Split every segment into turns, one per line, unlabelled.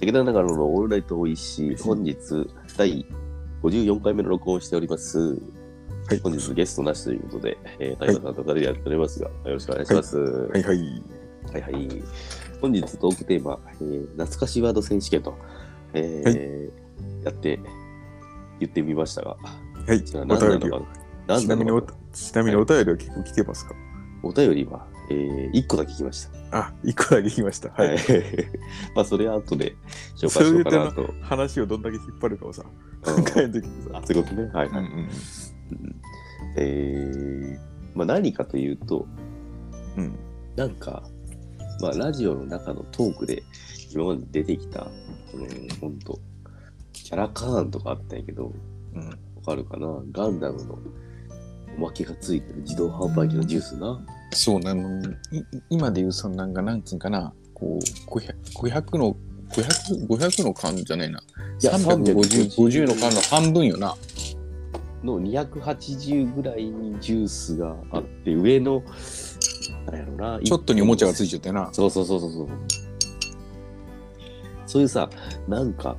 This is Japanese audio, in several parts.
劇団長野のオールナイトおいしい、本日第54回目の録音をしております。
はい
本日ゲストなしということで、えー、大河さんと二人でやっておりますが、よろしくお願いします。は
はいはい。
い、はい、本日トークテーマ、えー懐かしワード選手権と、えー
は
やって、言ってみましたが、
はい
こちら、
お
何な
便
の
り
か
は。
何
ちな
な
みに
の
お、
か
ちなみにお便りは結構来てますか、
お便りは、え1個だけ来ました。
あ、一個だけ来ました。はい。。
まあ、それは後で紹介しようかなと。
話をどんだけ引っ張るかをさ、
う
考え
ん
るときにさ
あ、。そういうことね。はい、はい。
うんうん
えーまあ、何かというと
うん。うん
なんか、まあ、ラジオの中のトークで今まで出てきたこのほんとキャラカーンとかあったんやけどわ
うん
かるかなガンダムのおまけがついてる自動販売機のジュースな
そうなのい今で言うそのなんかなんつうんかなこう 500, 500の500 500の缶じゃないない
や
350 50の缶の半分よな
の280ぐらいにジュースがあって上のなんやろな
ちょっとにおもちゃがつ
い
いちゃってな
そうそうそうそうそう。そういうさ、なんか、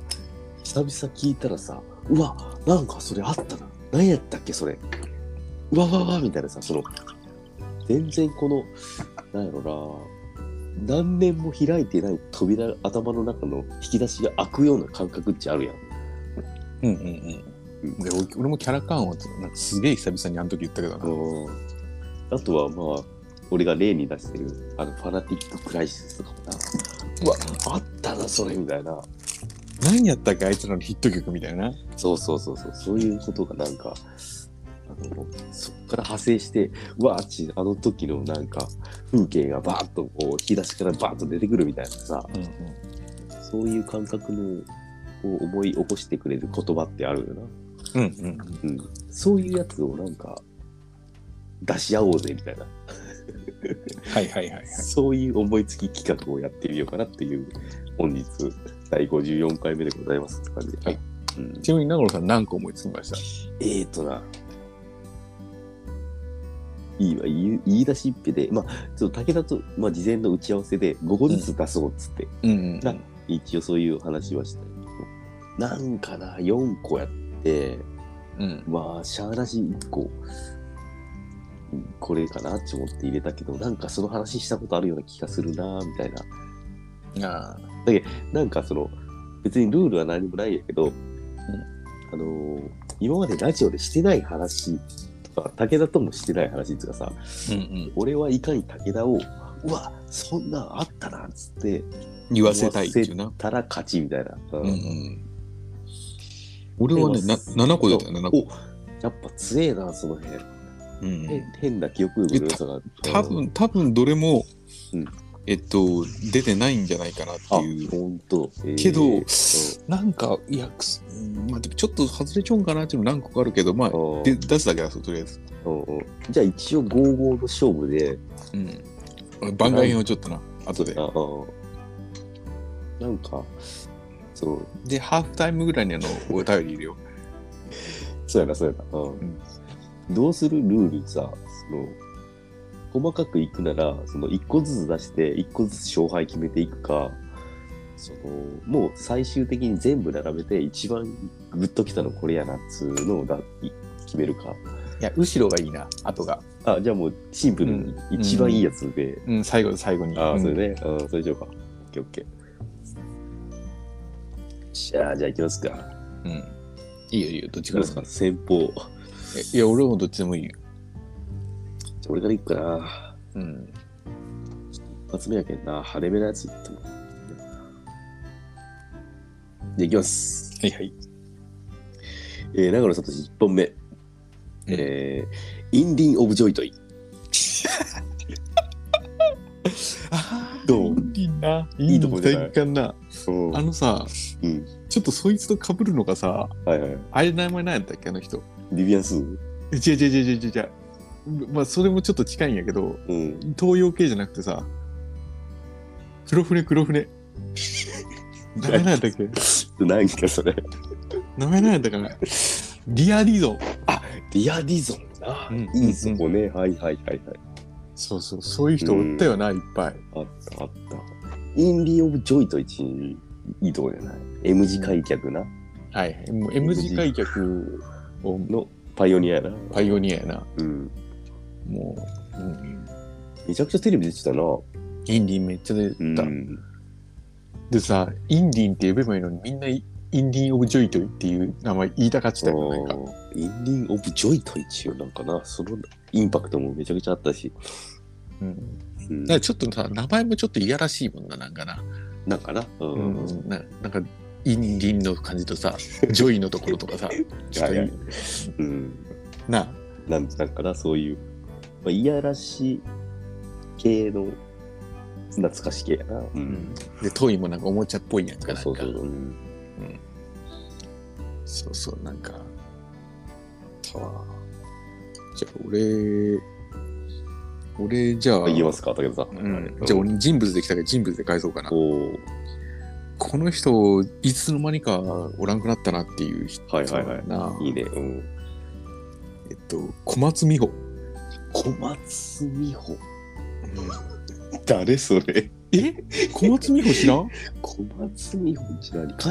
久々聞いたらさ、うわ、なんかそれあったな。何やったっけ、それ。うわわわ、みたいなさ、その、全然この、なんやろな、何年も開いてない扉、頭の中の引き出しが開くような感覚ってあるやん。
うんうんうんで俺俺もキャラ感はなんかすげえ久々にあの時言ったけどな、
あとは、まあ、俺が例に出してる、あの、ファナティッククライシスとかもな。うわ、あったな、それ、みたいな。
何やったっけあいつらのヒット曲みたいな
そうそうそうそう、そういうことがなんか、あのそこから派生して、うわあっち、あの時のなんか、風景がバーッとこう、引き出しからバーッと出てくるみたいなさ、
うんうん
そういう感覚の、を思い起こしてくれる言葉ってあるよな。
うんうん
うん。そういうやつをなんか、出し合おうぜみたいな、
はいはいはいはい
そういう思いつき企画をやってみようかなっていう、本日、第54回目でございますって感じで。
はい
うん、
ちなみに名古屋さん何個思いつきました
えーとな。いいわ、言い言い出しっぺで、まあ、ちょっと武田と、まあ、事前の打ち合わせで、5個ずつ出そうっつって、
うんうん
な一応そういう話はしたけど、なんかな、4個やって、
うん
まあ、しゃーなし1個、うんこれかなって思って入れたけど、なんかその話したことあるような気がするな、みたいな。
あ
なんかその、別にルールは何もないんやけど、あのー今までラジオでしてない話とか、武田ともしてない話っていうかさ、
ーうんうん
俺はいかに武田を、うわ、そんなんあったなっつって、
言わせたいっていうな
たら勝ちみたいな。う
うんんうん俺はねな7個出たよ7個
おやっぱ強えな、その辺。
うん
へ変な記憶力の良さが。
多分多分どれも、
うん
えっと出てないんじゃないかなって
あ、
いう
ほんと。えー
けど
うん
なんかいやくすうんまあ、でもちょっと外れちゃうんかなっていうの何個かあるけどまあ
うん
で出すだけだそうとりあえず、
うんうんじゃあ一応、ゴーゴーの勝負で、
うん、番外編をちょっとな後で
あうんなんか、そう、
でハーフタイムぐらいにあのお便り入れよ
そうやな、そうやな。うん。どうするルールさ、その、細かくいくなら、その、一個ずつ出して、一個ずつ勝敗決めていくか、その、もう最終的に全部並べて、一番グッときたのこれやな、っつうのをだい決めるか。
ういや後ろがいいな後が、
あ、じゃあもう、シンプルに、
うん
一番いいやつで。
うん、最後の最後に
ああ、
うん
それね。うん、それしようか。オッケーオッケー。じゃあ、じゃあ行きますか。
うんいいよいいよどっち
どう
から
ですか、先方。
えいや俺もどっちでもいいよ、
じゃあ俺から行くかな。
うん、
一発目やけんな、派手めなやついっても。じゃあ、いきます。
はいはい
えー、長野聡1本目。えー、インディン・オブ・ジョイトイ。
あー
どう
いいない
いとこじゃない
い体感な
うん
あのさ、
うん
ちょっとそいつと被るのがさ、
はいはい。
あれ名前何やったっけ、あの人。
ビビアン・スー
違う違う違う違う違う。まあ、それもちょっと近いんやけど、
うん。
東洋系じゃなくてさ、黒船黒 船。名前何やったっけ
何かそれ。
名前何やったかなリアリゾン。
リア・ディゾンな。
うん
いいそこね。はいはいはいはい。
そうそう、そういう人おったよな、いっぱい。
あったあった。インディン・オブ・ジョイトイって移動じゃない M 字開脚な
はいはい。もう M 字開脚を
のパイオニアやな、
パイオニアやな。
うん、
もう、うん、
めちゃくちゃテレビ出てたな、
インディンめっちゃ出
う
た。
ん、
でさ、インディンって呼べばいいのに、みんなイインディン・オブ・ジョイトイっていう名前言いたがってたよ、なんか。
おーインディン・オブ・ジョイと一応なんかなそのインパクトもめちゃくちゃあったし、
うん、だ
うん
からちょっとさ、名前もちょっといやらしいもんな、なんかな。
なんかな、うん
うん、ななんか、インディンの感じとさ、ジョイのところとかさ、ちょっとい い
はいはいうん、
なあ、
なんなんかなそういう、まあ、いやらしい系の懐かし系やな、う、
うんん、で、トイもなんかおもちゃっぽいやんか、なんか。
そうそうそう、うん
そうそう、なんか、たわ。じゃあ、俺、俺、じゃあ、
言えますか武田さん、
うん、じゃあ、俺、人物できたから人物で返そうかな。
おー
この人、いつの間にかおらんくなったなっていう人
はいはいはい
な。
いいね、うん、
えっと、小松美穂。
小松美穂誰それ
え 小松美穂知らん
小松美穂って何歌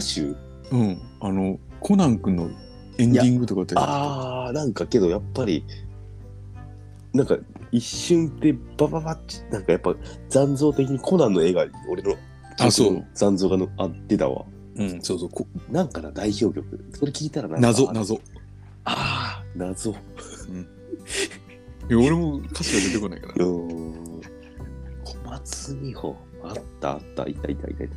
手
うん。あの、コナン君のエンディングとかって。
あーなんかけどやっぱりなんか一瞬でバババってなんかやっぱ残像的にコナンの映画に俺の
あそう
残像がのあってたわ
うん、そうそう。こ
なんかな代表曲それ聞いたらなんか
謎、謎。い
あー謎
や俺も歌詞が出てこないから。
うん小松美穂あったあったいたいたいたいたい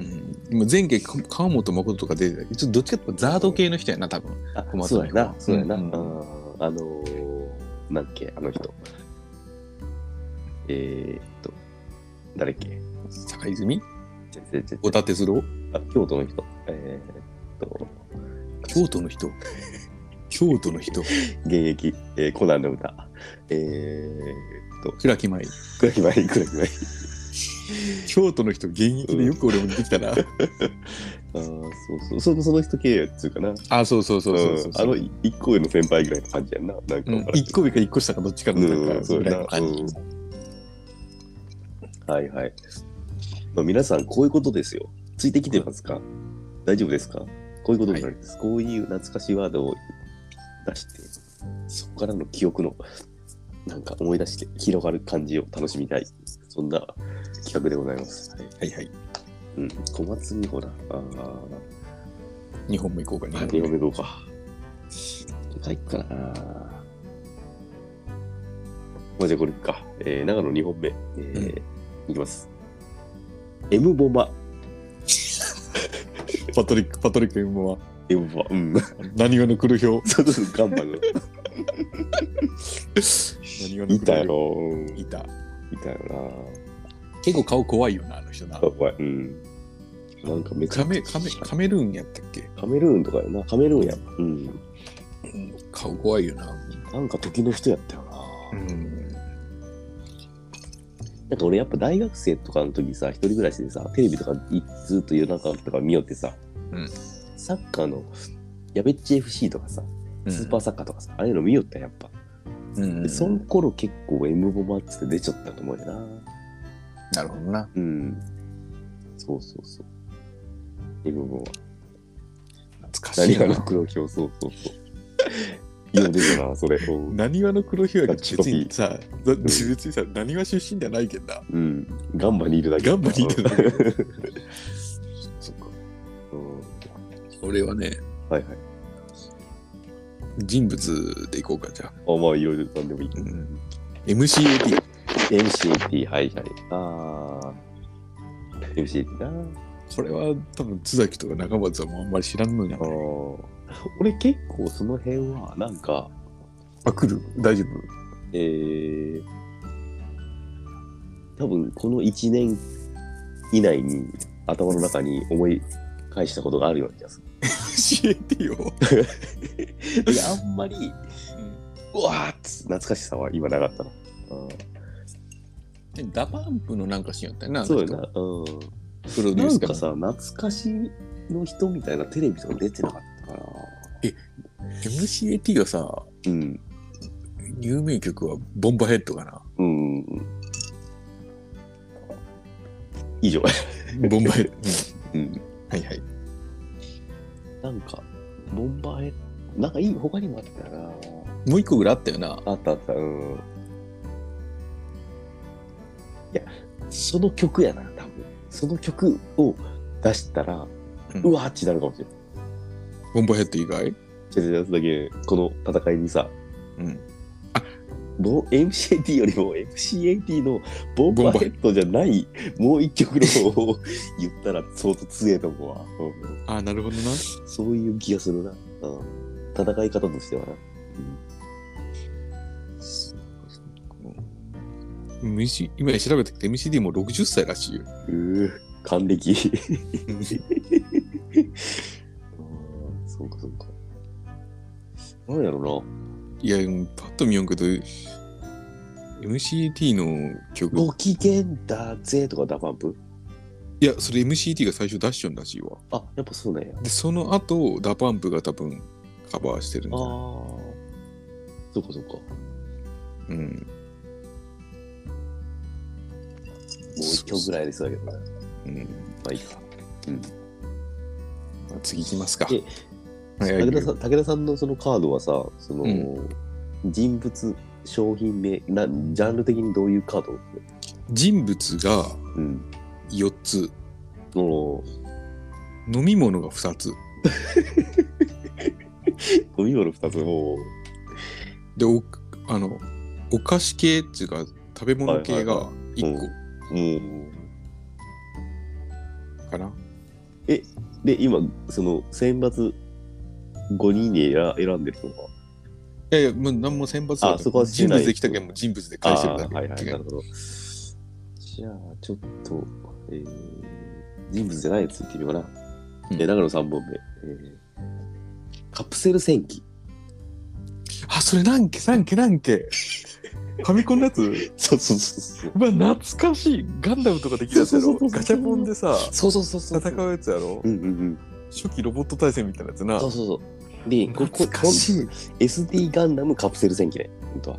うん、今前回か川本誠とか出てたけどちょっとどっちかっていうとザード系の人やな多分
たあ
小松
そ
美
う
穂
やなそうやな、
う
うんん、あのー、なんだっけあの人えー、っと誰っけ
坂泉
ちょちょちょ
小田哲郎
あ京都の人。えーっと、
京都の人京都の 人
現役、えーコナンの歌。えーっと、
倉木舞
くらきまい、くらきまい。
京都の人現役でよく俺も出てきたな、
ああ、そうそう、そその人系やつうかな。
あそうそうそうそうそ
う
う
んあの、い一個上の先輩ぐらいの感じやんな。なんか
う
わ
ん
からんけど、
一個上か一個下かどっちかのなん
う
か
んそう
ぐ
や
らい
な
の感じ、
はいはい。まあ、皆さん、こういうことですよ。ついてきてますか大丈夫ですかこういうことになるんです、こういう懐かしいワードを出して、そこからの記憶の、なんか思い出して広がる感じを楽しみたい。そんな企画でございます。はい、
はいはい
うん、小松美穂だ。あ
2本目いこうか
あ、
2
はい、
本
二
目
本目どうか。はい、かな。まあ、じゃあこれか。えー、長野2本目。えーいきます。M ボマ。
パトリックパトリック M は
M ボマ。うん。
何がの黒ひょう
そうそう、ガンバの。
何が の黒豹
いたやろ。うん
いた
いたよ
結構顔怖いよなあの人な
な。怖い。うん。なんかめち
カ
ゃく
メ
ちゃ
カメカメルーンやったっけ、
カメルーンとかよな。カメルーンや。うん。
うん、顔怖いよな
なんか時の人やったよな。
うん
なんか俺やっぱ大学生とかの時さ、一人暮らしでさ、テレビとかいずっと夜中とか見よってさ、
うん
サッカーのやべっち FC とかさ、スーパーサッカーとかさ、ああいうの見よったやっぱ。
うん
で、その頃結構 M ボマっつって出ちゃったと思うよな。
なるほどな。
うん。そうそうそう。M ボマ。
懐かし
何
いな
が。の黒ひょう、そうそうそう。 よう出たな、それ。うん
なにわの黒ひょうやけど別にさ、だ
ん
別にさ、なにわ出身じゃないけんな。
うん。ガンバにいるだけ。
ガンバにいるだ け
け。
そっか。
うん
俺はね、
はいはい。
人物でいこうか、じゃあ。
あ、まあ、いろいろなんでもいい。
うん、MCAT。
MCT はいはい。ああ。MCT な。
これは多分津崎とか中松はもうあんまり知らんのに
あ。ー俺結構その辺はなんか、
あ、来る大丈夫
えー、多分この1年以内に頭の中に思い返したことがあるような気がす
?MCAT を。
る。いや、あんまり、うわーっつ懐かしさは今なかったな。
ダパンプのなんかしよったよ
う
な。
ん、そう
あの
やな。うん。
人。プロデ
な
ュー
ん
スか
からさ、懐かしの人みたいなテレビとか出てなかったかな。
MCAT がさ、
うん。
有名曲はボンバーヘッドかな。
うんうんうん。以上。
ボンバーヘッド。
うん。
はいはい。
なんか、ボンバーヘッド、なんかいい、他にもあったな。
もう一個ぐらいあったよな。
あったあった、うん。いや、その曲やな、多分。その曲を出したら、
うん
うわーっちになるかもしれない。
ボンバーヘッド以外
チェズだけ、この戦いにさ、
うん。
もう MCAT よりも MCAT のボンバーヘッドじゃないもう一曲の方を言ったら相当強えと思うわ、うん
ああ、なるほどな。
そういう気がするな、うん戦い方としてはな
虫今調べたけど MCD も60歳らしいよ。
う ー還暦うんそうかそうかなんやろ
いや、パッと見よんけど、MCT の曲
な、ご機嫌だぜとかダパンプ
いや、それ MCT が最初出しちゃうんらしいわ。
あやっぱそうなんや
で、その後、ダパンプが多分カバーしてるん
あ
だ
あ。そうかそうかも
うん。
う一曲ぐらいですだけどなま
うん、
あいいか
まあ次行きますか。
え
はいはい
武田さん武田さんのそのカードはさその、
うん
人物商品名なジャンル的にどういうカード
人物が
うん
4つ、
も
飲み物が2つ、
う飲み物2つも
で、おあのお菓子系っていうか、食べ物系
はい
が
いはい
1
うもう
個かな。
で今その選抜5人に選選んでるのか
いやいや、もう何も選抜だ
あそこはして
人
ない
物できたけど、もう人物で返してるだけ。
はいはいなるほどじゃあちょっと、えー、人物じゃないやついってみようかな、
うん
え長野3本目、えー、カプセル戦記
あ、それなんけ、なんけ、なんけ。ファミコンのやつ
そうそうそう
まあ懐かしいガンダムとかできるやつや
そう
ろ
そうそうそう
ガチャポンでさ
そうそうそうそうそう
戦うやつやろ
うんうんうん
初期ロボット対戦みたいなやつな
そうそうそう。で、ここ、
懐かしい
SD ガンダムカプセル戦記ね、本当は。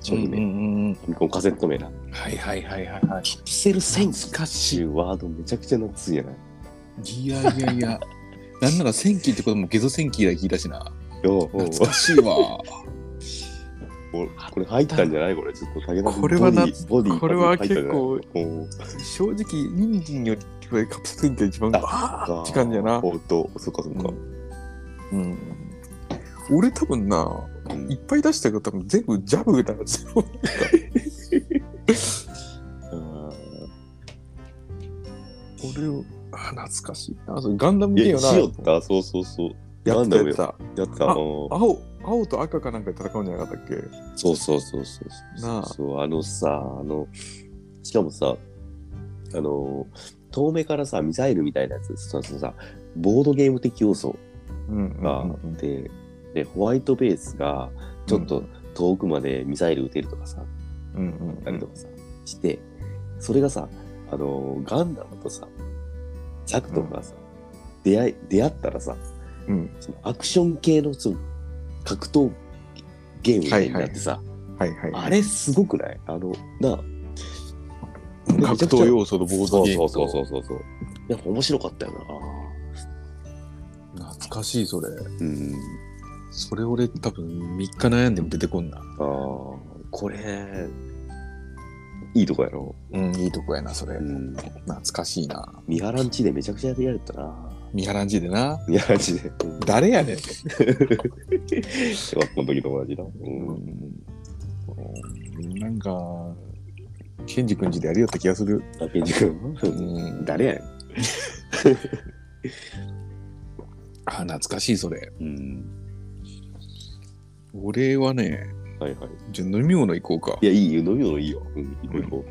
商品名、フ
ん
ァミコンカセット名な。
はいはいはいはいはい。
カプセル戦記っ
か
てい
し
うワードめちゃくちゃ夏やない。
い。いやいやいや。 なんなら戦記ってこともゲゾ戦記以来聞いたしな。
ようおう
懐かしいわ。
おうこれ入ったんじゃないこれ、ちょっと武田君
これはな
ボディボディ
これは
入ったんじゃない
結
おう
正直人参よりカプセル戦記が一番あーって感じやな
おうと、そっかそっか。
うん。
俺多分な
うん
いっぱい出したけど多分全部ジャブだジャブ俺をあー懐かしいなそれガンダム
い
ゲー
や、
よな
しよった、そうそうそう。
やってた
ガンダム
やってた
やった、
あ
お
青
う
青と赤かなんかで戦うんじゃなかったっけ
そうそうそうそうそうそう
なあ
そうあのさあのしかもさあの遠目からさミサイルみたいなやつそのそのさボードゲーム的要素
うんうん
があって、でホワイトベースがちょっと遠くまでミサイル撃てるとかさ、
うんうん
あれとかさしてそれがさあのガンダムとさザクとかがさ、出会い出会ったらさ
うん
そのアクション系のその格闘ゲームみたいになってさ、
はいはい
あれすごくないあの、なあ
格闘要素のボードゲーム
そうそう
と
そうそう。やっぱ面白かったよな。
懐かしい、それ。
うん。
それ俺多分3日悩んでも出てこんな。
ああ、これ、いいとこやろ。
うん、いいとこやな、それ
うん。
懐かしいな。
三原んちでめちゃくちゃやりやれたな。
三原んじでな。
三原んちで。
誰やねん。
小学校の時友達だ。うん。
うんなんか、ケンジ君ちでやりよった気がする。
あ、ケンジ君。
ん
誰やね
あ、懐かしい、それ。
ん。うん。
俺はね、
はいはい。
じゃあ飲み物行こうか
い。や、いいよ。飲み物いいよ。うん。行こう行こう。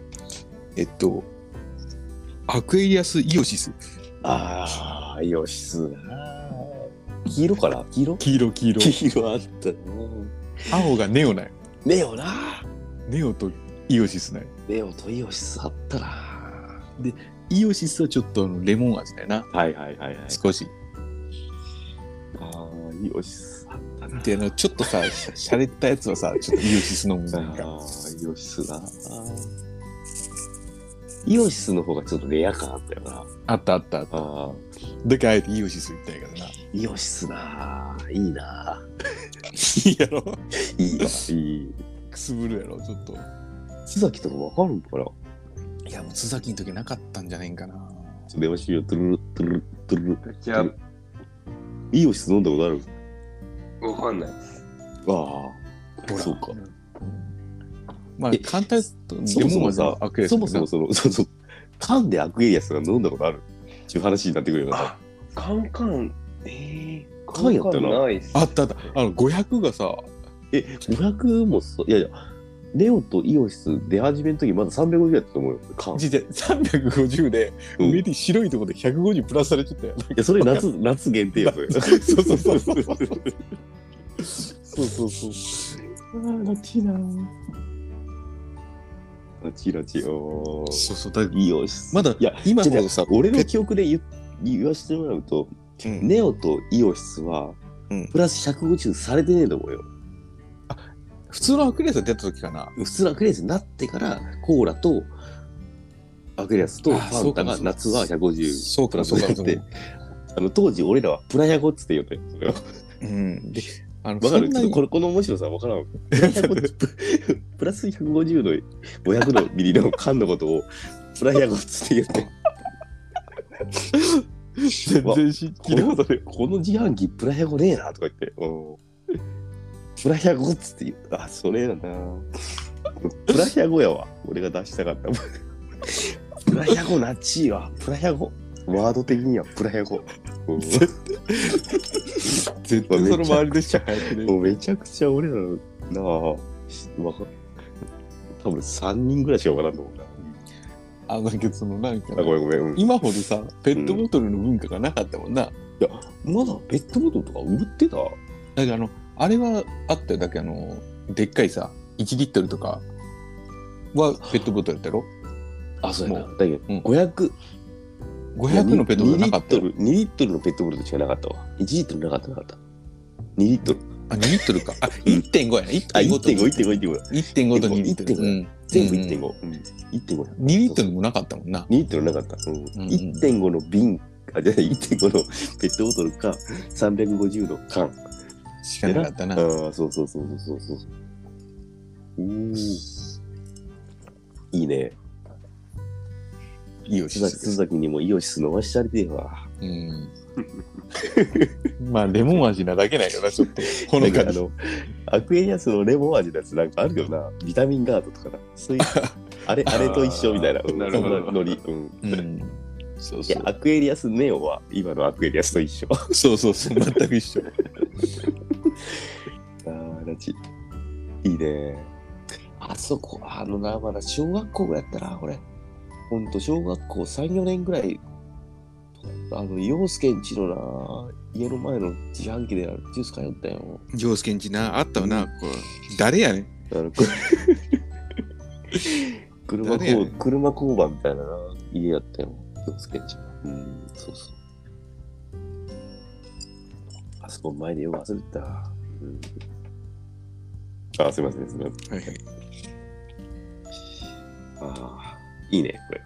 えっと、アクエリアスイオシス。
ああ、よしすな。黄色から黄色
黄色、黄色
黄色あったな。
青がネオない。
ネオな
ネオとイオシスない。
ネオとイオシスあったな
イオシスはちょっとあのレモン味だよな。
はいはいはいはい
少し。
ああイオシスあったな
で、あの、ちょっと さ、しゃれったやつはさ、ちょっとイオシス飲む
あ
なんか。
ーイオシスなイオシスの方がちょっとレア感あったよな
あったあったあった。
あ
だからあえてイオシス行ったんや からな。
イオシスなぁ。いいない
いやろ
ぁ。いいわ。いい。
くすぶるやろ、ちょっと。
須崎とかわかるのかない
や、もう津崎の時なかったんじゃねえんかな。
ちょっと電話してみよう。トゥルルトゥルルトゥルル。
いや、
イオシス飲んだことある
わかんない。
ああ。そうか。
まあ
え、
簡単に言う
そ
と
もそも
レモ
さ
ンは悪、
そもそもその、そうそう。缶でアクエリアスが飲んだことあるっていう話になってくるよな。
あカンカン、えー、
カンやったよな
カンカンないっす
あったあった。あの、500がさ、
え、500もそう、いやいや、レオとイオシス出始めの時まだ350やったと思うよ、缶。
じゃ350で、
うん
上に白いところで150プラスされちゃったよ。
いや、それ夏、夏限 定や、それ。
そうそうそうそう。そうそうそう。ああ、ラッキーな
ラチラチよー。
そうそう、だ
イオシス。
まだ
いや、
今
じ
ほ
ゃあ
どさ、
俺の
ペ
記憶で言言わせてもらうと、
うん
ネオとイオシスは、
うん
プラス150されてねえと思うよ。
普通のアクレース出た時かな。
普通のアクレアスになってから、コーラと、アクレアスと
あ
フ
ー
ァンタが
そうかも
夏は150。
そうか、そうか、そうか。
あの当時俺らはプラヤゴっつって言うてそれは
うん。で、あの、
わかる
そん
ち
な
ょっと
に
これこの面白さはわからん。プラヤゴ プラス150の500のミリの缶のことをプラヤゴっつって言って。
全然知っ
このこの自販機プラヤゴねえなとか言って、うんプラヤゴっつって言うあそれやなプラヤゴやわ俺が出したかったプラヤゴなっちいわプラヤゴワード的にはプラヤゴ、うん
絶対その周りでしか流行ってない。
もうめちゃくちゃ俺らのなあわか多分3人ぐらいしかわからんと思うな
あの、だけどそのなんか
あ、ごめんごめん、うん
今ほどさ、ペットボトルの文化がなかったもんな。
まだペットボトルとか売ってた
だからあの、あれはあったよだけあの、でっかいさ、1リットルとかはペットボトルだろ
あそう
やな
だけど、
うん
500
?500 のペットボトルなかったよ。
2リットル2リットルのペットボトルしかなかったわ1リットルなかったなかった2リットル
あ、2リットルか。あ、1.5やな。
あ
1.5
1.5
と
1.5 1.5
2 1.5と2リットル。
1.5
うん
全部
うん
1.5、うん1.5や
2リットルもなかったもんな。
2リットルなかった、うん
んうん
1.5の瓶あじゃあ1.5のペットボトルか350の缶
しかなかったな。
ああ、そうそうそうそうそうそう。おーいいね。
イオシ
須崎
ス。
須崎にもイオシス飲ましちゃりてえわ。
うん。
まあ、レモン味なだけないよな、ちょっと。ほ
な
の
んか
か
あ
に。
の、アクエリアスのレモン味のやつなんかあるよな。ビタミンガードとかな。そういう、あれ、あれと一緒みたいな。うん
なるほど
そんなノリ。うん。
うん。
そう
い
そ
や、アクエリアスネオは今のアクエリアスと一緒。あ
う。そうそうそう、全く一緒。
あ、ラチ。いいね。あそこ、あのな、まだ小学校ぐらいやったな、これ。ほんと、小学校3、4年ぐらい、あの、洋介んちのな、家の前の自販機でジュース買いよったよ。
上介んちな、あったわな、これ。誰やねん。
あの こ車
誰や
こ
ね
うん車交番みたいなな家やったよ、洋介んちの。うん、そうそう。あそこ前でよく忘れてた。うん、あ、すいません、すいません。
はいはい。
ああ、いいね、これ。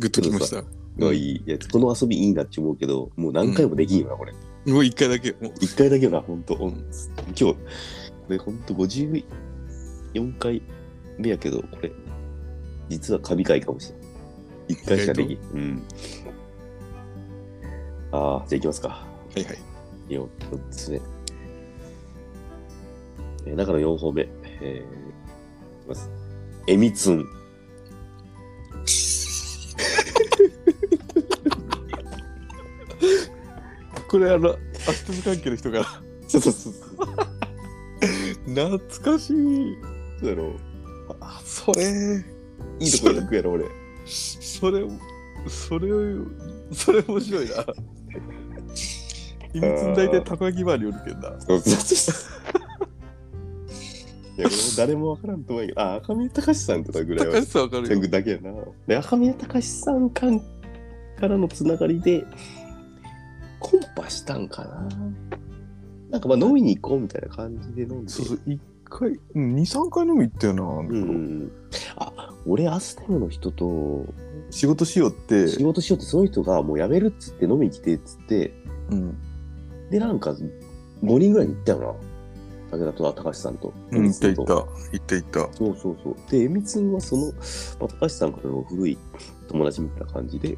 グッときました。
うわいいいやこの遊びいいなって思うけど、もう何回もできんよな、これ。
もう一回だけ。もう
一回だけよな、ほんと。うん今日、これほんと54回目やけど、これ、実は神回かもしれない。一回しかできん。うん。ああ、じゃあ行きますか。
はいはい。
4つ目。えー中の4本目。えー、いきます。えみつん。
これあの、アストム関係の人から。
そうそうそうそう。
懐かしい。
そうやろ。
あ、それ、
いいところ行くやろ、俺。
それ、それ、それ面白い な。秘密に大体高木バーにおるけんな。
そうそうそう。いや、これも誰もわからんと思うけど、あ、赤嶺隆さんとかぐらいは
高橋さんわかる
全
よ。
部だけやな。で、赤嶺隆さん間からのつながりで、コンパしたんかな。なんかまあ飲みに行こうみたいな感じで飲んで。
そうそう、一回、うん二、三回飲み行ったよな。
うん。あ、俺、アステムの人と、
仕事しようって、
仕事しようってその人がもう辞めるっつって飲みに来てっつって
うん、
でなんか5人ぐらいに行ったよな武田と高橋さんと
うん、行った
と
行った、行った行った。
そうそうそう。で、えみつんはその、まあ、高橋さんからの古い友達みたいな感じで、で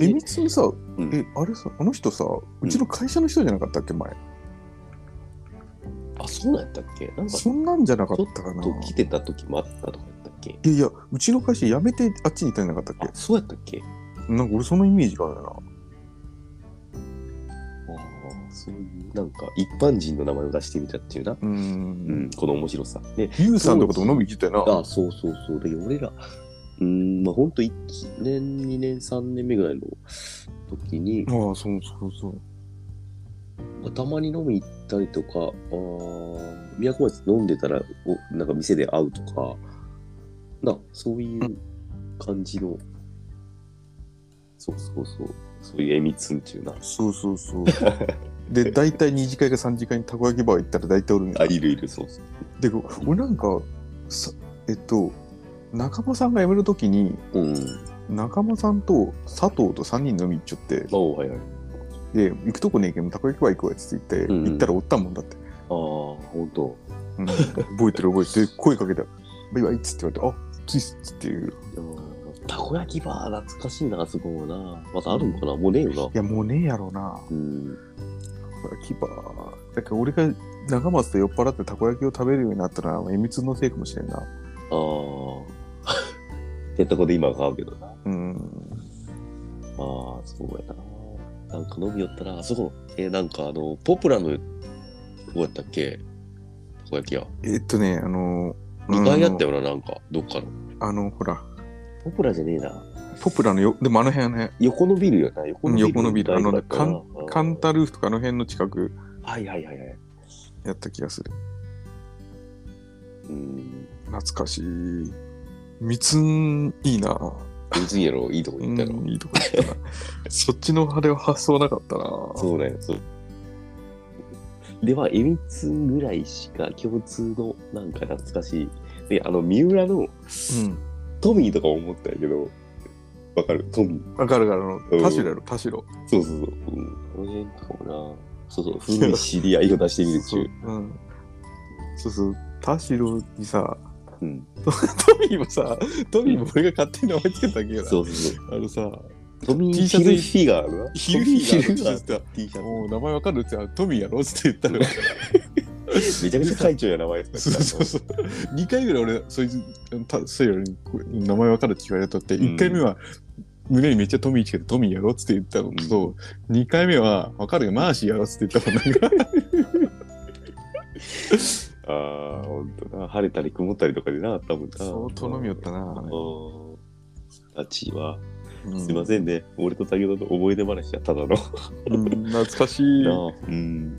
えみつんさ、
ん
え、あれさ、あの人さ、うちの会社の人じゃなかったっけ、前。
あ、そうなんやったっけなんか、ち
そんなんじゃなかっ
ょった
かな。
と来てた時もあったとかやったっけ
いやいや、うちの会社辞めてあっちに行ったんじゃなかった
あ
っ、
そうやったっけ
けなんか俺そのイメージがあるな。
ああ、そういう、なんか、一般人の名前を出してみたっていうな、
うー。
うんん、この面白さ。で、
ゆうさんとかとも飲みに来てたよ
あそうそうそう。で、俺ら、うーん、まあ、ほんと1年、2年、3年目ぐらいの時に、
な。ああ、そうそうそう。
まあたまに飲み行ったりとか、あー宮古町飲んでたらお、なんか店で会うとか、な、そういう感じの、そうそうそう、そういうえみつんちゅうな。
そうそう そう。で、大体2次会か3次会にたこ焼きバー行ったら大体おるん
あ、
や。
いるいる、そうそう。
で、俺なんか、さえっと、仲間さんが辞めるときに、
うん。
仲間さんと佐藤と3人飲み行っちゃって、
まあ、おはいはい。
で、行くとこねえけど、たこ焼きバー行こうやつって言って、
うんうん
行ったらおったもんだって。
ああ、ほんと。
うん、覚えてる覚えてる。声かけたら、バイバイっつって言われて、あついっすっつっていう。
いやーたこ焼きバー懐かしいな、あそこもな。またあるんかなもうねえよ
いや、もうねえやろな。
な。うん。
たこ焼きバー。だから俺が長松と酔っ払ってたこ焼きを食べるようになったら、えみつのせいかもしれんな。
あ あ。ってとこで今は買うけどな。
うん。
ああ、そうやな。なんか飲み寄ったら、あそこの、えーなんかあの、ポプラの、どこやったっけたこ焼き屋。
えっとね、あの、
2階あ
や
ったよな、なんか、どっかの。
あの、ほら、
ポプラじゃねえな。
ポプラのよ、でもあの辺ね、
横のビルよな、横のビル。
うん横のビルあのね
かん
カンタルーフとかあの辺の近く
はいはいはいはい。
やった気がする。
うん。
懐かしい。みつん、いいな。
別にやろ、いいとこ行ったろ。
うんいいとこ 行ったな。そっちのあれは発想なかったな。
そうだよ、そう。では、えみつぐらいしか共通の、なんか懐かしい。で、あの、三浦の
うん。
トミーとか思ったんやけど、わかるトミー。
わかるわかるあ
うん
の。田代やろ、田代。
そうそうそう。うん、この辺かもな。そうそう、古い知り合いを出してみるっち
そ
ゅ
う
う。。
うん。そうそう。田代にさ、
うん。
ト トミーもさ、トミーも俺が勝手に名前つけたっけどな
そうそうそう。
あのさ、
トミー
T シャ
ヒ
ツ
ルフィガーな。
ヒルフ
トミ
ィガーの
ヒルフィガー
T もう名前わかるって言ったらトミーやろって言ったら、
めちゃくちゃ会長や名前です
そうそうそう。2回ぐらい俺、そいつ、たそいより名前わかるって言われとって、
うん
1回目は、胸にめっちゃトミーつけてトミーやろって言ったのと、2回目は、わかるよ、マーシーやろって言ったもん、なん か。
ああ、ほんとな。晴れたり曇ったりとかでな、多分な。
相当飲みよったな。あれ
たちは、
うん
すいませんね。俺と武田の思い出話はただの。な
うん懐かしい。
あうん。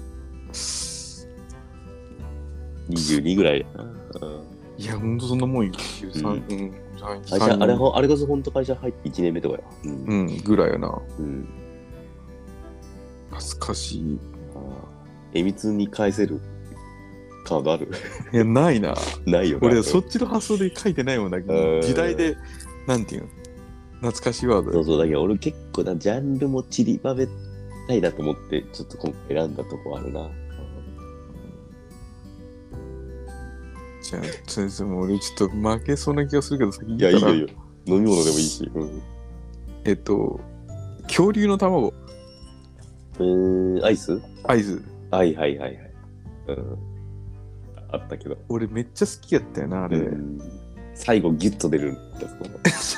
22ぐらいやな。うん
いや、ほんとそんなもんよ。3、うん、3、
会社、
3
あれほ、あれこそ本当会社入って1年目とかや。うん
うん、ぐらいやな。
うん。
懐かしい。
えみつに返せるカードある
いや、ないな。
ないよな
俺、そっちの発想で書いてないもんだけ
うん
ど、時代で、なんていうの、懐かしいワード
そうそうだけど俺結構なジャンルも散りばめたいなと思ってちょっと今回選んだとこあるな
じゃあ、先生もう俺ちょっと負けそうな気がするけど、先に
いやい
言
い
った
よ
ら
いいよ飲み物でもいいし、うん、
えっと、恐竜の卵、
えー、アイス
合図。
はいはいはいはい、うん、あったけど、
俺めっちゃ好きやったよな、あれ。
うん最後ギュッと出るん だそ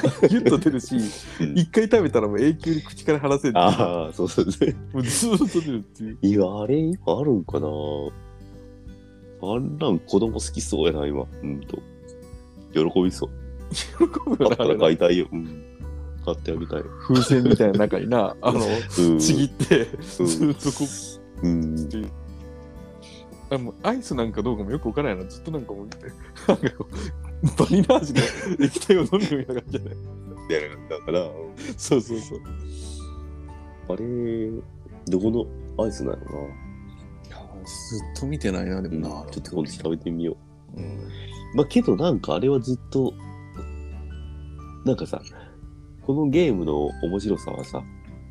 こ
ギュッと出るし、
うん
一回食べたらもう永久に口から離せるっていう
ああそうそうそう
もうずーっと出るっていう。
いやあれ今あるんかなあんなん子供好きそうやな今うんと喜びそう
喜
あ
ぶよ
っ
な
た
あれ
ら
な
買いたいよ。うん。買ってあげたい。
風船みたいな中にな、あの、
うん
ちぎって、ずーっとこう。
うん。
あもうアイスなんかどうかもよくわからないな。ずっとなんかもう、なんかこうバニラ味の液体を飲むような感じで。
だから、
そうそうそう。
あれ、どこのアイスなのか
ずっと見てないな、で
な、うんちょっと今度調べてみよ
うん
う。まあけどなんかあれはずっと、なんかさ、このゲームの面白さはさ、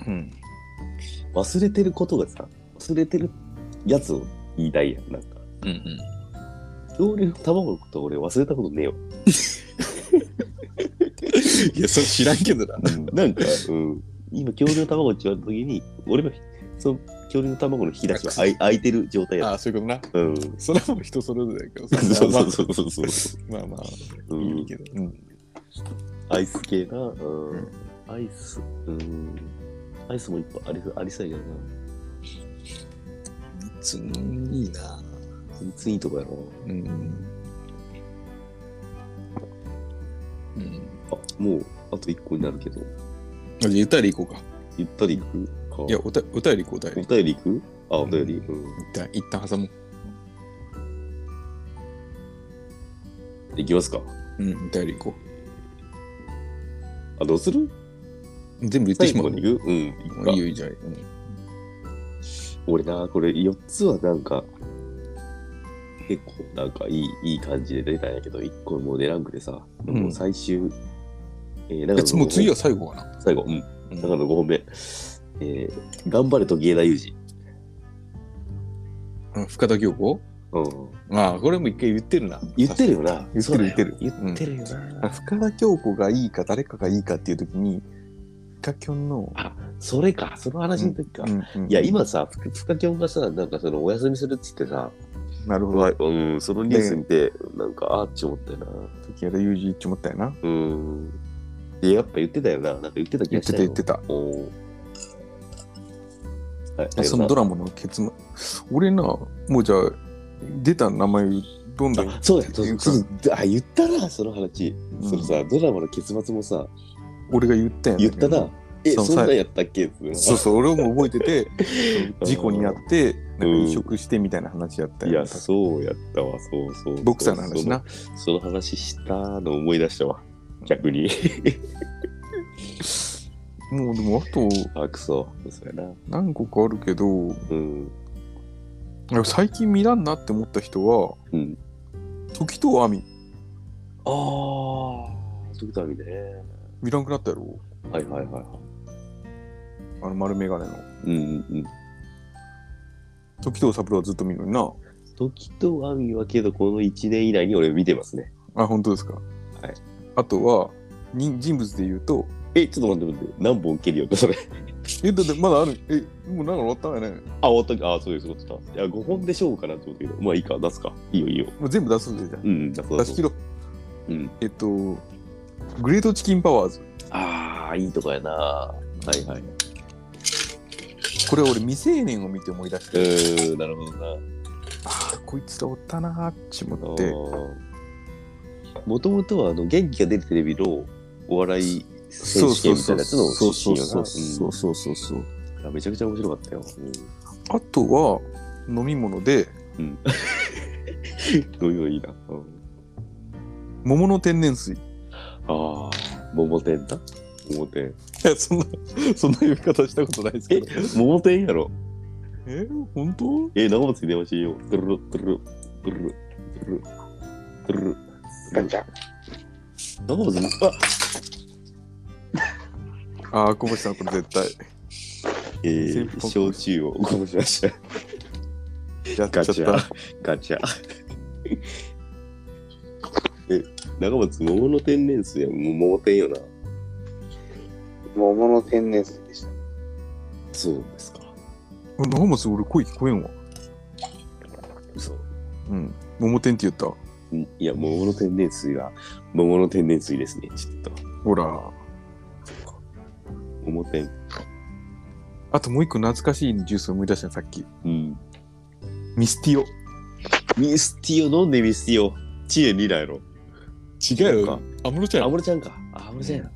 うん。
忘れてることがさ、忘れてるやつを言いたいやん。なんか、
うんうん。
恐竜の卵のこと俺忘れたことねえよ。
いや、それ知らんけどな。
なんか、うん、今、恐竜の卵って言われたときに、俺の、その恐竜の卵の引き出しが開い開いてる状態や
ああ、そういうことな。
った。うん。
それはもう 人それぞれやけどさ。
そうそうそうそうそう。
まあまあ、
う
いい
ん、
けど。うん。
アイス系な、うん
うん
アイス、うん、アイスもいっぱいありありそうやけどな。
つん、いいな。
全然いいとこやろ。
うん。うん。
あ、もう、あと1個になるけど、
じゃあ、ゆったり行こうか。
ゆったりいくか。
いや、おたお便り行こう、お
お
便り。
便りいくあ、お便り、うん。
一旦、一旦挟もう。
いきますか。
うん、お便り行こ
あ、どうする
う。全部言って
最
しま
後
う。
に行くうん、いくか
いいよ、いいじゃん。うん
俺な、これ4つはなんか、結構なんかいいいい感じで出たんやけど、1個もう出ランクでさ、
うん
もう最終、えー、長
えつもう次
は
は最後かな。
最後、うん、
うん
長野5本目。えー、頑張れと芸大裕
うん深田恭子
二。うん。
ああ、これも一回言ってるな。
言ってるよな。
言っ
そ
てる言ってる
うだよ言ってるよ
あ
な。
深田恭子がいいか誰かがいいかっていう時に深田恭の、
あ、それか、その話の時か。いや、今さ、ふ深きょんがさ、なんかそのお休みするっつってさ、
なるほ
う
ど
わうん、そのニュース見て、なんか、あーっち思ったよな。
時矢田裕二って思ったよな
うん。で、やっぱ言ってたよな。なんか言ってた気
言っ
がしてた
た
よ
言ってた
おーはい
そのドラマの結末俺なもうじゃあ出た名前どんどん
あそうだよ、そうだよそうだよあ、言ったな、その話。
うん
そのさ、ドラマの結末もさ、
俺が言ったやん
言ったな。え、
そう
そんなんやったっけって
そうそう俺も覚えてて 事故にあってなんか
うん
移植してみたいな話やった
い
や
や、
ん
そうやったわ、そうそうそう。
ボクサーの話な
その。その話したの思い出したわ、逆に。
もうでもあと
あ、くそ、そうやな。
何個かあるけど
うん。
なんか最近見らんなって思った人は
うん。
時と亜美
ああ、そういうことあるね。
見らんくなったやろ
はいはいはいはい。
あの丸眼鏡の
うんうんうん。
時藤三郎はずっと見るのにな
時とアミはけど、この1年以内に俺見てますね。
あ本当ですかはいあとは人人物で言うと
え、ちょっと待って待って、何本蹴るよって、それ。
えだってまだあるえもうなんか終わったんやね
あ、終わったあそういうことか。いや、5本で勝負かなって思ったけど、まあいいか、出すか。いいよいいよ。
もう全部出すぜじゃん
うん、出そう
出し切ろう
うん。
えっとグレートチキンパワーズ
ああ、いいとこやな。はいはい。
これは俺未成年を見て思い出し
う
て、
ーん、なるほどな。
あーこいつらおったなーっち思って
もともとはあの元気が出るテレビのお笑い選手権みたいなやつの
そ
出
うそう
身よ
そ
な
うそうそうそうそう
うんあめちゃくちゃ面白かったよ。
あとは飲み物で
うん、いいいな。
桃の天然水い
ああ、桃天だ。桃天。
やそんなそんな呼び方したことないですけど
桃天やろ。
え本当
え、長松に電話しよう。トゥルルトゥルルトゥルルトゥルルトゥ
ガ
ルル
チャ。
長松にあ
ああ小星さんこれ絶対
えー、焼酎をこぼしました。
やっちゃ
ガ
っ
チ
た
ャ。ガ チャ。え、長松、桃の天然水やもう桃天よな。
桃の天然水でした。
そうですか。
長松俺声聞こえんわ。
嘘。
うん。桃天って言った。
んいや、桃の天然水は、桃の天然水ですね。ちょっと。
ほら。
桃天。
あともう一個懐かしいジュース思い出したよさっき。
うん。
ミスティオ。
ミスティオ飲んでミスティオ。知恵2だやろ。
違
うよ。
安室ち
安室ちゃんか。あ安室ちゃんや。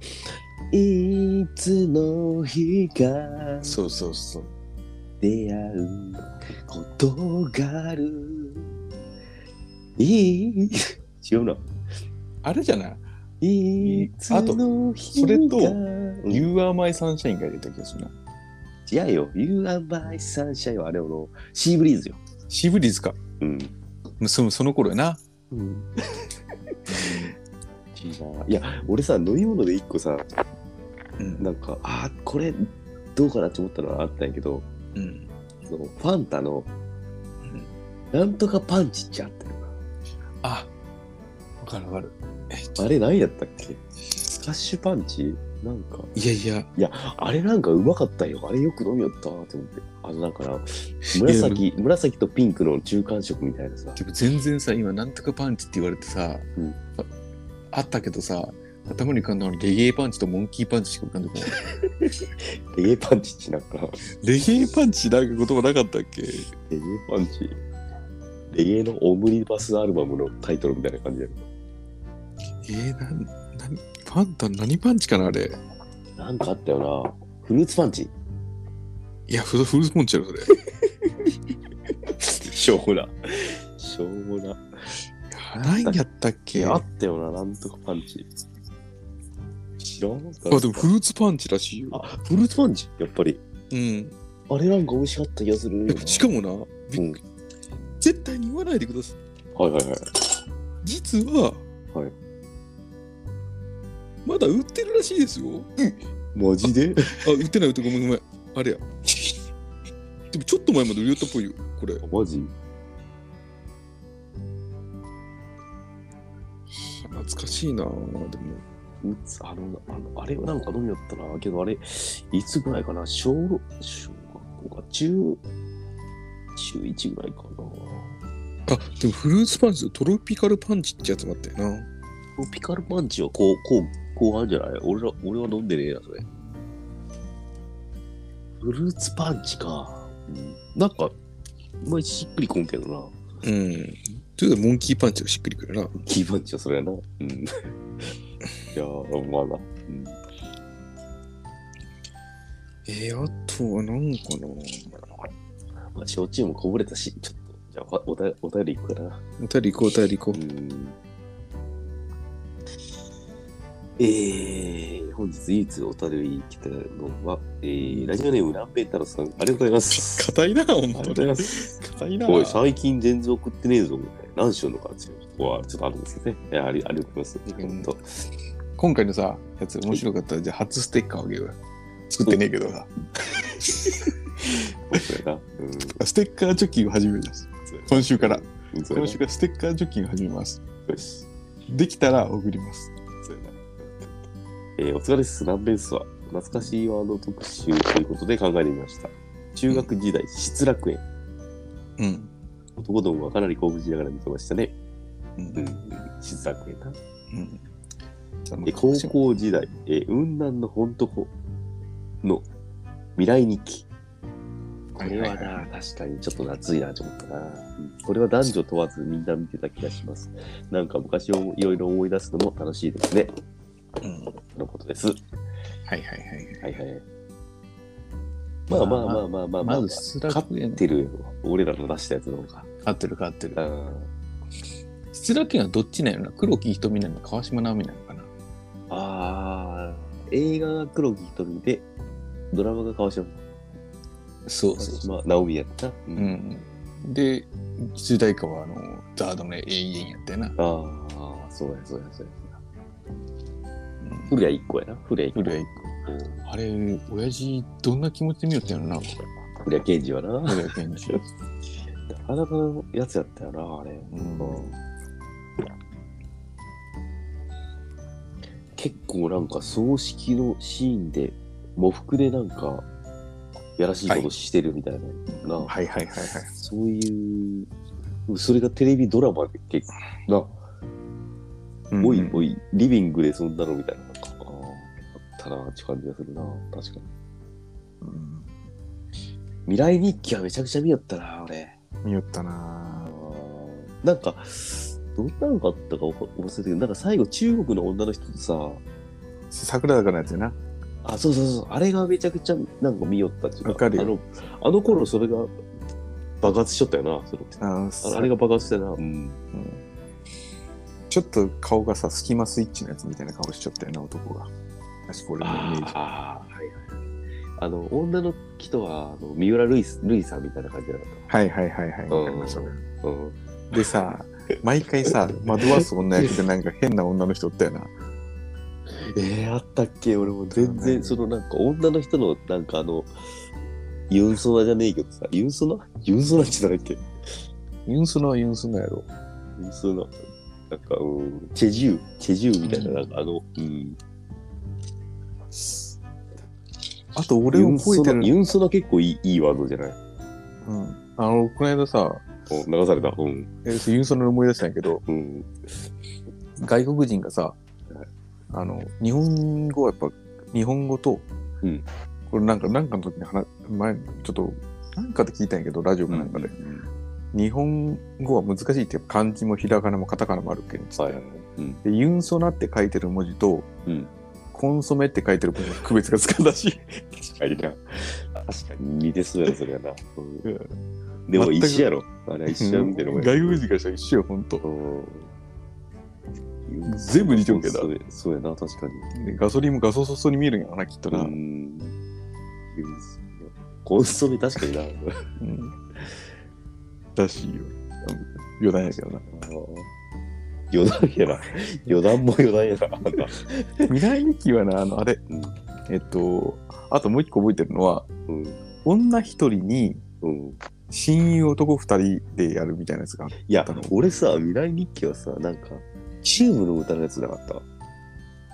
いつの日か
そうそうそう。
出会うことがある。いい。違うな。
あれじゃない
いつの日か
あとそれと
うん違
?You are my sunshine が出た気がするな。
うよ。You are my sunshine はあれをのシーブリーズよ。
シーブリーズか。
うん。
そその頃やな。
うん。しいな。いや、俺さ、飲み物で一個さ、
うん。
なんか、あーこれ、どうかなって思ったのはあったんやけど、
うん。
そのファンタの、なんとかパンチってあったよ
あ、わかるわかる。
な。あれ、何やったっけスカッシュパンチなんか、
いやいや、
いや、あれなんかうまかったよ。あれよく飲みよったなって思って。あの、なんかな、紫、紫とピンクの中間色みたいなさ。
でも全然さ、今、なんとかパンチって言われてさ、
うん
ああったけどさ、頭に浮かんだのはレゲエパンチとモンキーパンチしか浮かんでこない。
レゲエパンチってなんか、
レゲエパンチなんか言葉なかったっけ
レゲエパンチ。レゲエのオムニバスアルバムのタイトルみたいな感じやろ。
えー、なん、なん、パンタ何パンチかなあれ。
なんかあったよな。フルーツパンチ。
いや、フルフルスポンチやろ、それ。
しょうもな。しょうもな。
何やったっ
い
け
やあ
あ
ったよな、なんとかパンチ。知らんかった
でもフルーツパンチらしいよ。
あ、フルーツパンチやっぱり。
うん。
あれなんか美味しかった気がするよな。
しかもな、び
うん
絶対に言わないでください。
はいはいはい。
実は、
はい
まだ売ってるらしいですよ。
マジで
あ、売ってない、売ってないごめんごめん。あれや。 でもちょっと前まで売り寄ったっぽいよ、これ。
マジ
懐かしいなぁでも。
うつあの、あの、あれなんか飲みよったな。けどあれ、いつぐらいかな。小、小学校か。中、中1ぐらいかな。
あ、でもフルーツパンチとトロピカルパンチってやつもあったよな。
トロピカルパンチはこう、こう、こうあるんじゃない俺ら、俺は飲んでねえな、それ。フルーツパンチか。うん、なんか、いまいちしっくりこんけどな。
うん。ということで、モンキーパンチがしっくりくるな。
キーパンチはそれやな。うん。 いやー、まあな。うん
えー、あとは何かな
まあ、焼酎もこぼれたし、ちょっと、じゃあ、おたお便りいくかな。
お便り行こう、お便り行こ
うんえー、本日唯一お便り来たのは、えー、ラジオネームランペータロさん、ありがとうございます。
う。硬いな、ほん
ありがとうご
と
ざい
に。
ます。
硬いな。
おい、最近全然送ってねえぞ、みたいな。何しようのかっていうとこはちょっとあるんですけどね。いやありありがとうございます。
うん
ほんと
今回のさ、やつ面白かったら、じゃあ初ステッカーをあげようよ。作ってねえけどさ、
そうやな。
ステッカー貯金を始めるんです。今週から。
うん。そうや
今
な
週からステッカー貯金を始めます。
よし。
できたら送ります。
そうやな。えー、お疲れです。南米スは懐かしいワード特集ということで考えてみました。中学時代、失楽園。
うん。
男どもはかなり興奮しながら見てましたね。
う。
うんん、静楽園な。
うん。じゃあ
え高校時代、え雲南の本とこの未来日記。これはな、確かにちょっと夏いなと思ったな、うんこれは男女問わずみんな見てた気がします。なんか昔をいろいろ思い出すのも楽しいですね。
うん。はい
のことです。は
はいはい。
いはい。まあまあまあまあまあまあ、
まず、スラ
勝
クエン
っ。てるよ。俺らの出したやつの方が。
合ってるか合ってる
う。ん
失楽園はどっちなんやろな黒木瞳なのか川島直美なのかな
ああ、映画が黒木瞳で、ドラマが川島
そう
川
そう
島直美やった。う
う。ん。で、主題歌はあの、ザードの永遠やったよな。
ああ、そうや、そうや、そうや。
うん
古谷一個やな。古谷一個。
古谷一
うん
あれ、親父、どんな気持ちで見よったんやろな、こ
古谷健二はな。
れ。古谷健二。
なかなかのやつやったよな、あれ。
うん
うん結構なんか葬式のシーンで、喪服でなんか、やらしいことしてるみたいな。な
はいはいはいはい。
そういう、それがテレビドラマで結構、な、おいお
い。
い、リビングでそんなのみたいな、なんか、ああったなって感じがするな、確かに。
うん
未来日記はめちゃくちゃ見よったな、俺。
見よったな
あーなんか、どんなのがあったか忘れたけど、なんか最後、中国の女の人とさ、
桜坂のやつやな。
あ、そうそうそう、あれがめちゃくちゃなんか見よったっていう
わかるよ
あの、あの頃それが爆発しちゃったよな、その
あ
あの
さ
あれが爆発したよな。うん。
ちょっと顔がさ、スキマスイッチのやつみたいな顔しちゃったよな、男が。確か俺のイメージ。
ああー、はいはい。あの、女の人は、あの三浦瑠麗さんみたいな感じじゃなかっ
はいはいはいはい。
うん
わかりました
た。うん。
でさ、毎回さ、惑わす女役でなんか変な女の人おったよな。
えー、あったっけ俺も全
う
然、
ん
そのなんか女の人のなんかあの、ユンソナじゃねえけどさ、ユンソナユンソナって言ったらいいっ
ユンスナはユンスナやろ。
けユンソナ。なんか、うん、チェジュチェジュみたいな、なんかあの、うん。
あと俺を覚えて
ユンソナ
る
ユンソナ結構いいいいワードじゃない
うん、あの、この間さ、
お流された。うん。
えーユンソンの思い出したんやけど、
うん。
外国人がさ、あの、日本語はやっぱ、日本語と、
うん
これなんか、なんかの時に話、前、ちょっと、なんかで聞いたんやけど、ラジオかなんかで、日本語は難しいって、漢字もひらがなもカタカナもあるけん、
はいはいはい。うん。
で、ユンソナって書いてる文字と、
うん
コンソメって書いてる文字の区別がつかんらしい。
確かにな。確かに似てそうやな、それはな。
う
うん、でも
全く
一緒やろ。あれは一緒やみたいなもんや
外国人からしたら一緒よ、ほんと。
うん。
全部似てるけど
そうやそうやな、確かに。
でガソリンもガソソソに見えるんやろな、きっとな。
うん。コンソメ確かにな。
うんらしいよ。余談やけどな。
余談やな。余談も余談やな。
未来日記はな、あの、あれ、
うん
えっと、あともう一個覚えてるのは、
うん。
女一人に
うん。
親友男二人でやるみたいなやつがあっ
いや
たの、
俺さ、未来日記はさ、なんか、チューブの歌のやつなかった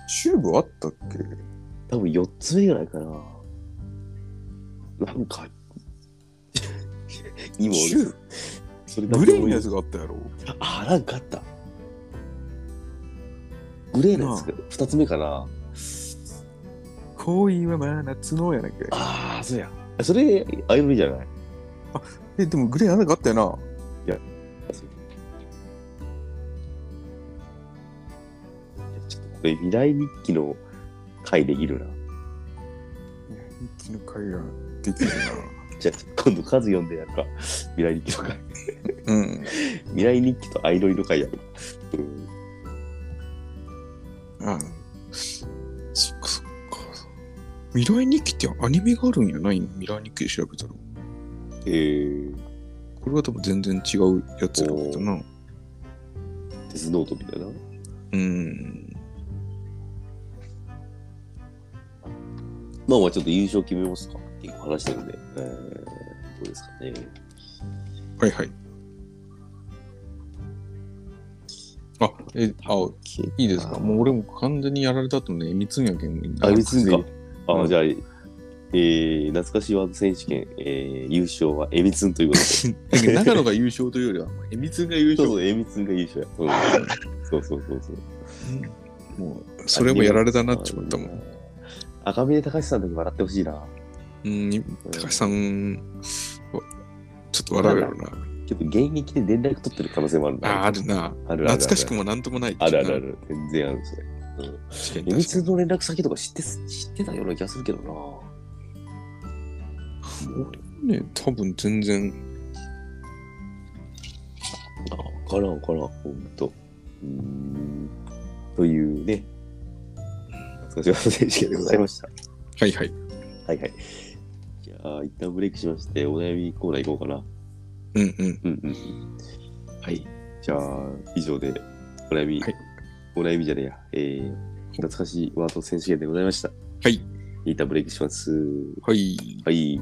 チューブあったっけ
多分4つ目ぐらいかな。なんか、 今
チュー
俺、それだけ
ブレイの
思い
やつがあったやろ。
あ、なんかあった。グレーのやつが2つ目かな。
恋は真夏のやなきゃ。
ああ、そうや。それ、アイドルじゃない
え、でもグレイなんかあったよな。
ちょっとこれ未来日記の回できるな。
一気の会ができる
じゃあ今度数読んでやるか。 未来日記の回。
な。うん。
未来日記とアイドルの回やる。うん
あそっかそっか。未来日記ってアニメがあるんやないの未来日記で調べたら。
えー、
これは多分全然違うやつだけどな。
デスノートみたいな。
うん。
まあまあちょっと優勝決めますかっていう話してるんで、えー、どうですかね。
はいはい。あ、え、あ、いいですか。もう俺も完全にやられたとね、三つには限
あ、別 にか。。あ、
うん
じゃあ、えー、懐かしいワード選手権、えー、優勝はえみつんということで。
長野が優勝というよりは、えみつが優
そう
勝。
そう、えみつんが優勝や。うん、そうそうそうそう。
もう、それもやられたなって思ったもん。
ん。赤嶺隆さんだけ笑ってほしいな。
うん、
うん
高橋さんは、ちょっと笑うやろな。
ちょっと現役で連絡取ってる可能性もあるんだ。
あ、あるな。
あるあるある
懐かしくもなんともない。
あるあるあ。る。全然あるそれ。
確かに
えみ
確か
つんの連絡先とか知ってす知ってたような気がするけどな。
に。ね、多分全然。
あ、わからんわからん、ほんと。うーん。というね、懐かしい選手権でございました。
はいはい。
はいはい。じゃあ、一旦ブレイクしまして、お悩みコーナー行こうかな。
うんうん。
うんうんうん。はい。じゃあ、以上で、お悩み、
はい
お悩みじゃねえや、えー、懐かしいワード選手権でございました。
はい。
一旦ブレイクします。
はい。
はい。